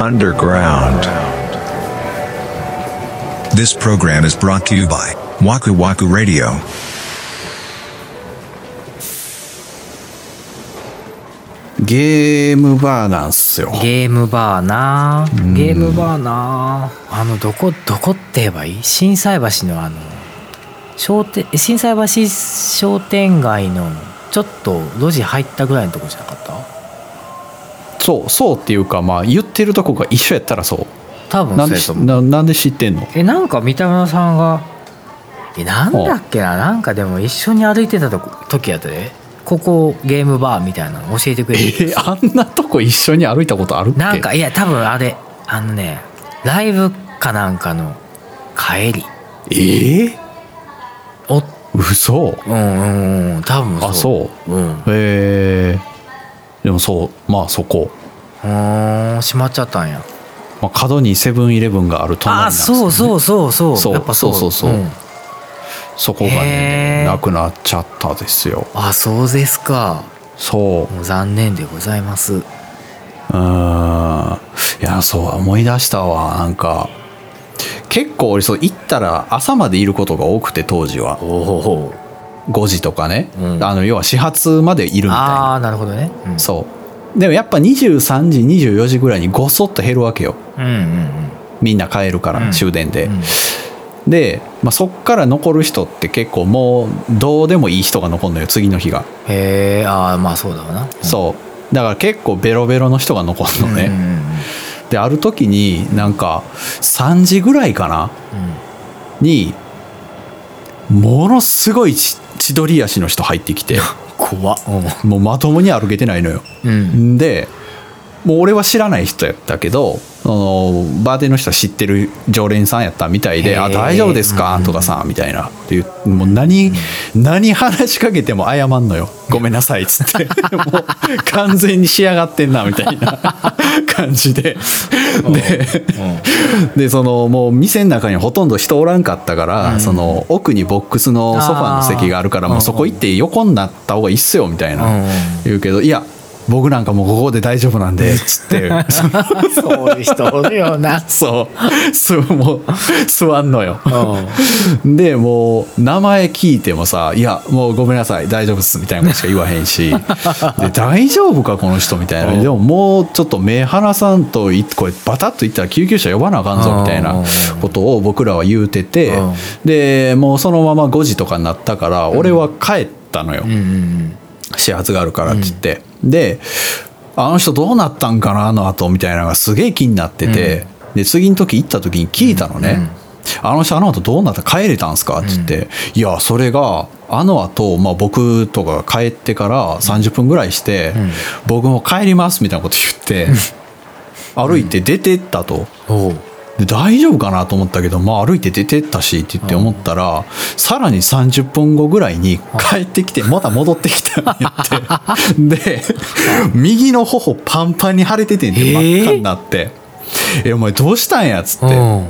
underground. This program is brought to you by Waku Waku Radio. ゲームバーなんすよゲームバーなーゲームバーなーあのどこどこって言えばいい心斎橋のあの商店心斎橋商店街のちょっと路地入ったぐらいのとこじゃなかったそうそうっていうかまあ言ってるとこが一緒やったらそう多分なんそうでやしと思うななんで知ってんの えなんか三田村さんがえなんだっけななんかでも一緒に歩いてたとこ時やったでここゲームバーみたいなの教えてくれるえあんなとこ一緒に歩いたことあるっ けなんかいや多分あれあのねライブかなんかの帰りえー、おっ嘘うんうんうん多分そうあそううんうえー、でもそうまあそこ、ーん閉まっちゃったんやまあ、角にセブンイレブンがある隣なんあですけどそうそうそうそうそうやっぱそうそうそうそうんそこがねへーなくなっちゃったですよあそうですかそうもう残念でございますうーんいやそう思い出したわなんか結構俺そう行ったら朝までいることが多くて当時はおお5時とかね、うんあの要は始発までいるみたいあなあなるほどねうんそうでもやっぱ23時24時ぐらいにごそっと減るわけようんうんみんな帰るから、うん終電で、うんで、まあ、そっから残る人って結構もうどうでもいい人が残るのよ次の日が、へえああまあそうだわなそうだから結構ベロベロの人が残るのね、うんうんである時になんか3時ぐらいかなうんにものすごいち千鳥足の人入って きて怖っもうまともに歩けてないのようんうんんでもう俺は知らない人やったけどあのバーテンの人は知ってる常連さんやったみたいへで「ーあ大丈夫ですか?」とかさみたいなっていうもう何、何話しかけても謝んのよ「ごめんなさい」っつって もう完全に仕上がってんなみたい な感じでででそのもう店の中にほとんど人おらんかったから、その奥にボックスのソファーの席があるからあーもうそこ行って横になった方がいいっすよみたいな、うんうん言うけど「いや僕なんかもうここで大丈夫なんで」っつって そそういう人おるよなそうすもう座んのよ。でもう名前聞いてもさ「いやもうごめんなさい大丈夫っす」みたいなことしか言わへんし「で大丈夫かこの人」みたいな「でももうちょっと目離さんといこれバタッといったら救急車呼ばなあかんぞ」みたいなことを僕らは言うててうんでもうそのまま5時とかになったから俺は帰ったのよ。うんうん始発があるからって言って、であの人どうなったんかなあの後みたいなのがすげえ気になってて、で次の時行った時に聞いたのね、あの人あの後どうなった帰れたんすかって言って、いやそれがあの後、まあ僕とかが帰ってから30分ぐらいして、僕も帰りますみたいなこと言って、歩いて出てったと。おうで大丈夫かなと思ったけど、まあ、歩いて出てったしって言って思ったら、さらに30分後ぐらいに帰ってきてまた戻ってきたって言って で右の頬パンパンに腫れててんてえー真っ赤になって「えお前どうしたんや」っつっうて。ん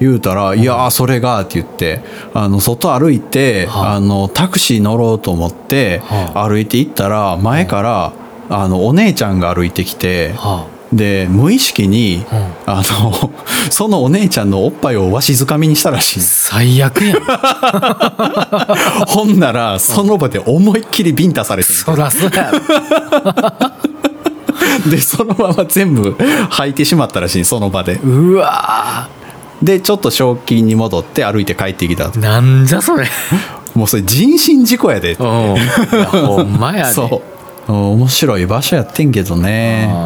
言うたら「いやーそれが」って言ってあの外歩いて、はああのタクシー乗ろうと思って、は歩いて行ったら前から、あのお姉ちゃんが歩いてきて、はで無意識に、あの そのお姉ちゃんのおっぱいをわしづかみにしたらしい最悪やんほんならその場で思いっきりビンタされてそらそう やろでそのまま全部履いてしまったらしいその場でうわでちょっと賞金に戻って歩いて帰ってきたーなんじゃそれ もうそれ人身事故やでおういやほんまやで そううん面白い場所やってんけどねあー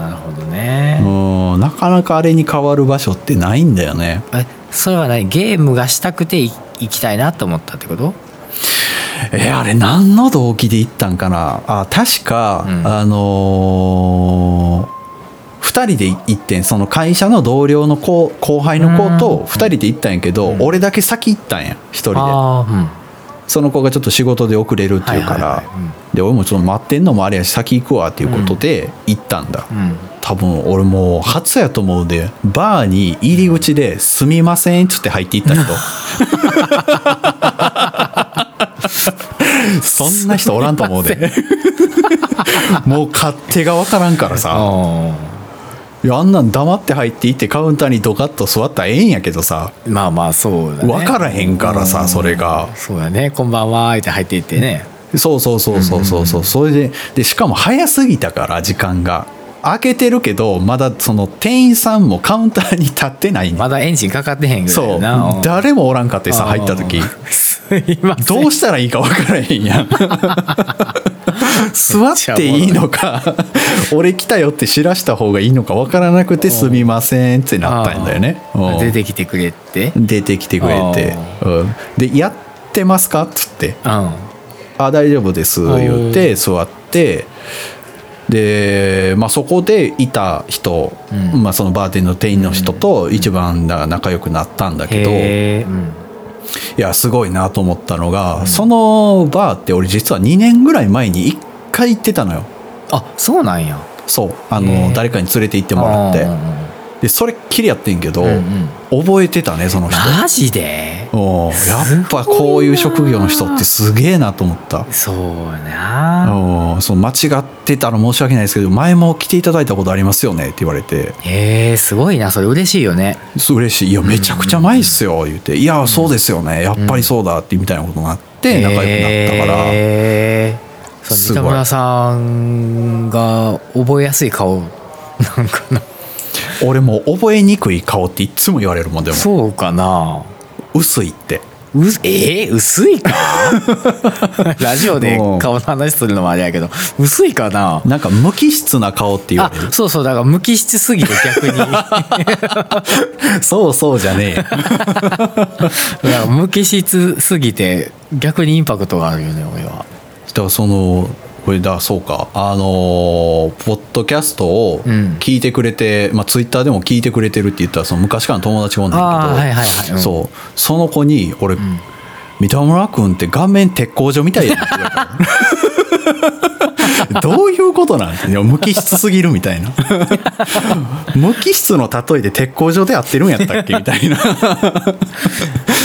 なるほどうねんなかなかあれに変わる場所ってないんだよねえそれは何ゲームがしたくてい行きたいなと思ったってことえーあれ何の動機で行ったんかなあ確か、うんあの2人で行ってんその会社の同僚の子後輩の子と2人で行ったんやけど、俺だけ先行ったんや1人でああうんその子がちょっと仕事で遅れるっていうかはいら、はいはいで俺もちょっと待ってんのもあれやし先行くわっていうことで行ったんだ、うん多分俺もう初やと思うでバーに入り口で「すみません」っつって入っていった人 そんな人おらんと思うでもう勝手がわからんからさあいやあんなん黙って入っていってカウンターにドカッと座ったらええんやけどさまあまあそうだね分からへんからさそれがそうだねこんばんはーって入っていってねそうそうそうそうそうそうそれででしかも早すぎたから時間が開けてるけどまだその店員さんもカウンターに立ってないねんまだエンジンかかってへんぐらいそやうなうん誰もおらんかってさうん入った時 すいませんどうしたらいいか分からへんやん座っていい のか俺来たよって知らした方がいいのか分からなくてすみませんってなったんだよねあうあん出てきてくれってうん出てきてくれてあ、うん、で「やってますか?」っつって「あ大丈夫です」言って座ってで、まあ、そこでいた人、うんまあ、そのバーテンの店員の人と一番だ仲良くなったんだけど、いへえうんやすごいなと思ったのが、そのバーって俺実は2年ぐらい前に1回行ってたのよあそうなんやそうあへのー誰かに連れて行ってもらってうでそれっきりやってんけど、んうんうん覚えてたねその人。マジでおーやっぱこういう職業の人ってすげえなと思った。そうなおーそう間違ってたら申し訳ないですけど前も来ていただいたことありますよねって言われてへえすごいなそれ嬉しいよねそう嬉しい「いやめちゃくちゃ前っすよ」言って「いやそうですよねやっぱりそうだ」ってみたいなことがあって仲良くなったから、へーそうすごい三田村さんが覚えやすい顔なんかな俺もう覚えにくい顔っていつも言われるもんでもそうかな薄いってうえー、薄い かラジオでうん顔の話するのもあれやけど薄いかななんか無機質な顔って言わあれるそうそうだから無機質すぎて逆 にそうそうじゃねえいや無機質すぎて逆にインパクトがあるよね俺はだからそのこれだそうかあのーポッドキャストをうん聞いてくれて、まあ、ツイッターでも聞いてくれてるって言ったらその昔からの友達もなんだけどあーはいはいはいうんそうその子に俺、三田村君って顔面鉄工所みたいやなって言われた どういうことなんですか無機質すぎるみたいな 無機質の例えで鉄工所で合ってるんやったっけみ たいな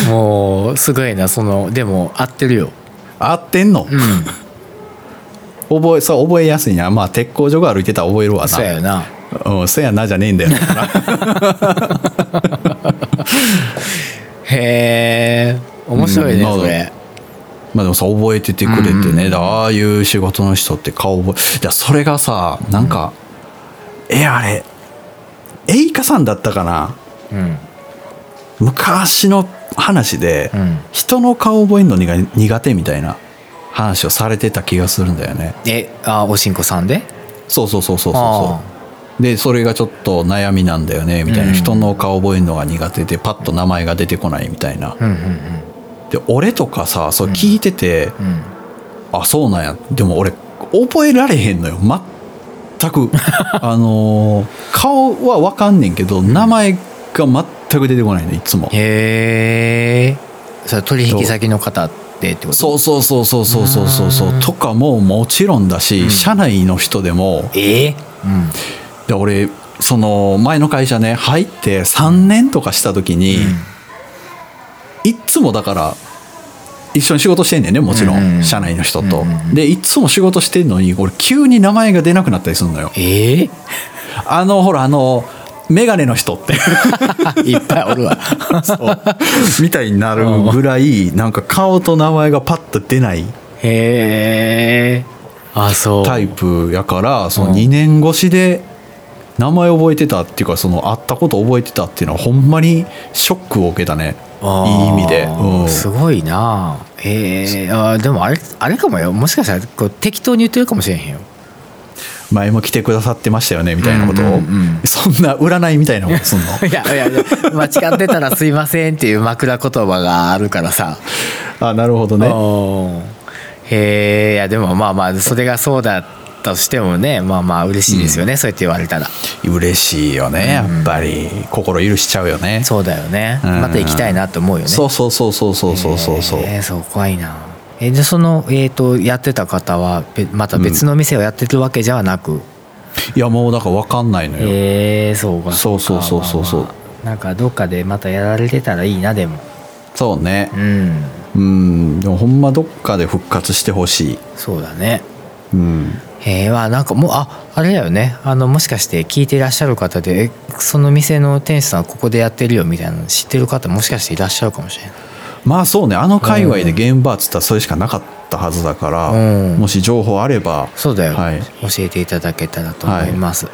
もうすごいなそのでも合ってるよ合ってんの、うん覚えそう覚えやすいなまあ鉄工所が歩いてたら覚えるわなそうやよなうん、せやなじゃね えんだよなへえ面白いねうんそれまあでもさ覚えててくれてね、だああいう仕事の人って顔覚えだそれがさなんか、えあれエイカさんだったかなうん昔の話で、うん人の顔覚えるの苦苦手みたいな話をされてた気がするんだよねえあおしんこさんでそうそうそうそうあそうでそれがちょっと悩みなんだよねみたいな、うん人の顔覚えるのが苦手でパッと名前が出てこないみたいな、うんうんうんで俺とかさそれ聞いてて、うんあそうなんやでも俺覚えられへんのよ全 くあのー顔はわかんねんけど名前が全く出てこないのいつもへえそれ取引先の方ってってことそうそうそうそうそうそうそうそうとかももちろんだし、社内の人でもええうんで俺その前の会社ね入って3年とかした時に、いっつもだから一緒に仕事してんねんねもちろん、うんうん社内の人と、うんうんでいっつも仕事してんのに俺急に名前が出なくなったりするのよええあのほらあのメガネの人って いっぱいおる わみたいになるぐらいなんか顔と名前がパッと出ないへえあそうタイプやからその2年越しで名前覚えてたっていうかその会ったこと覚えてたっていうのはほんまにショックを受けたねあいーい意味で、うんすごいなええあーでもあれあれかもよもしかしたらこう適当に言ってるかもしれへんよ前も来てくださってましたよねみたいなことを、うんうんうんそんな占いみたいなことすんのいやいやいや間違ってたらすいませんっていう枕言葉があるからさあなるほどねねへえいやでもまあまあそれがそうだとしてもねまあまあ嬉しいですよね、そうやって言われたら嬉しいよねやっぱり、心許しちゃうよねそうだよねうんまた行きたいなと思うよねそうそうそうそうそうそうそうそうえーそう怖いなえじゃあその、えー、とやってた方はべまた別の店をやってるわけじゃなく、いやもうだから分かんないのよ、えーそうかそうそうそうそうそうまあまあなんかどっかでまたやられてたらいいなでもそうねうんうんでもほんまどっかで復活してほしいそうだねうんえー、はなんかもうああれだよねあのもしかして聞いていらっしゃる方でえその店の店主さんここでやってるよみたいなの知ってる方もしかしていらっしゃるかもしれないまあそうねあの界隈で現場っつったらそれしかなかったはずだから、うんもし情報あればそうだよ、はい教えていただけたらと思います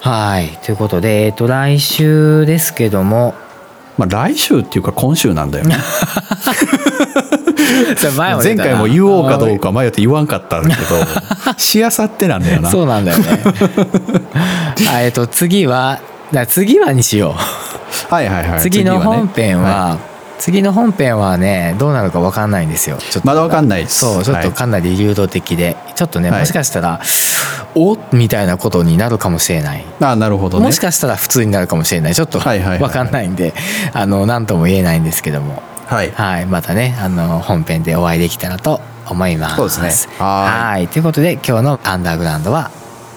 はいということでえっ、と来週ですけど もまあ来週っていうか今週なんだよねそれ前も出前たな回も言おうかどうか迷って言わんかったんだけど しあさってなんだよなそうなんだよね あえっと次はだから次はにしようはいはいはい次の本編ねは次の本編はねどうなるか分かんないんですよちょっとまだわかんないですそうちょっとはいかなり流動的で、ちょっとねはいもしかしたら、おみたいなことになるかもしれない、はいあなるほどねもしかしたら普通になるかもしれないちょっとはいはいはい分かんないんであの何とも言えないんですけどもはいはいまたねあの本編でお会いできたらと思いますそうですねははいということで今日の「アンダーグラウンド」は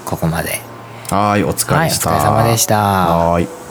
ここまではいお疲れ様でした、はいお疲れ様でしたはい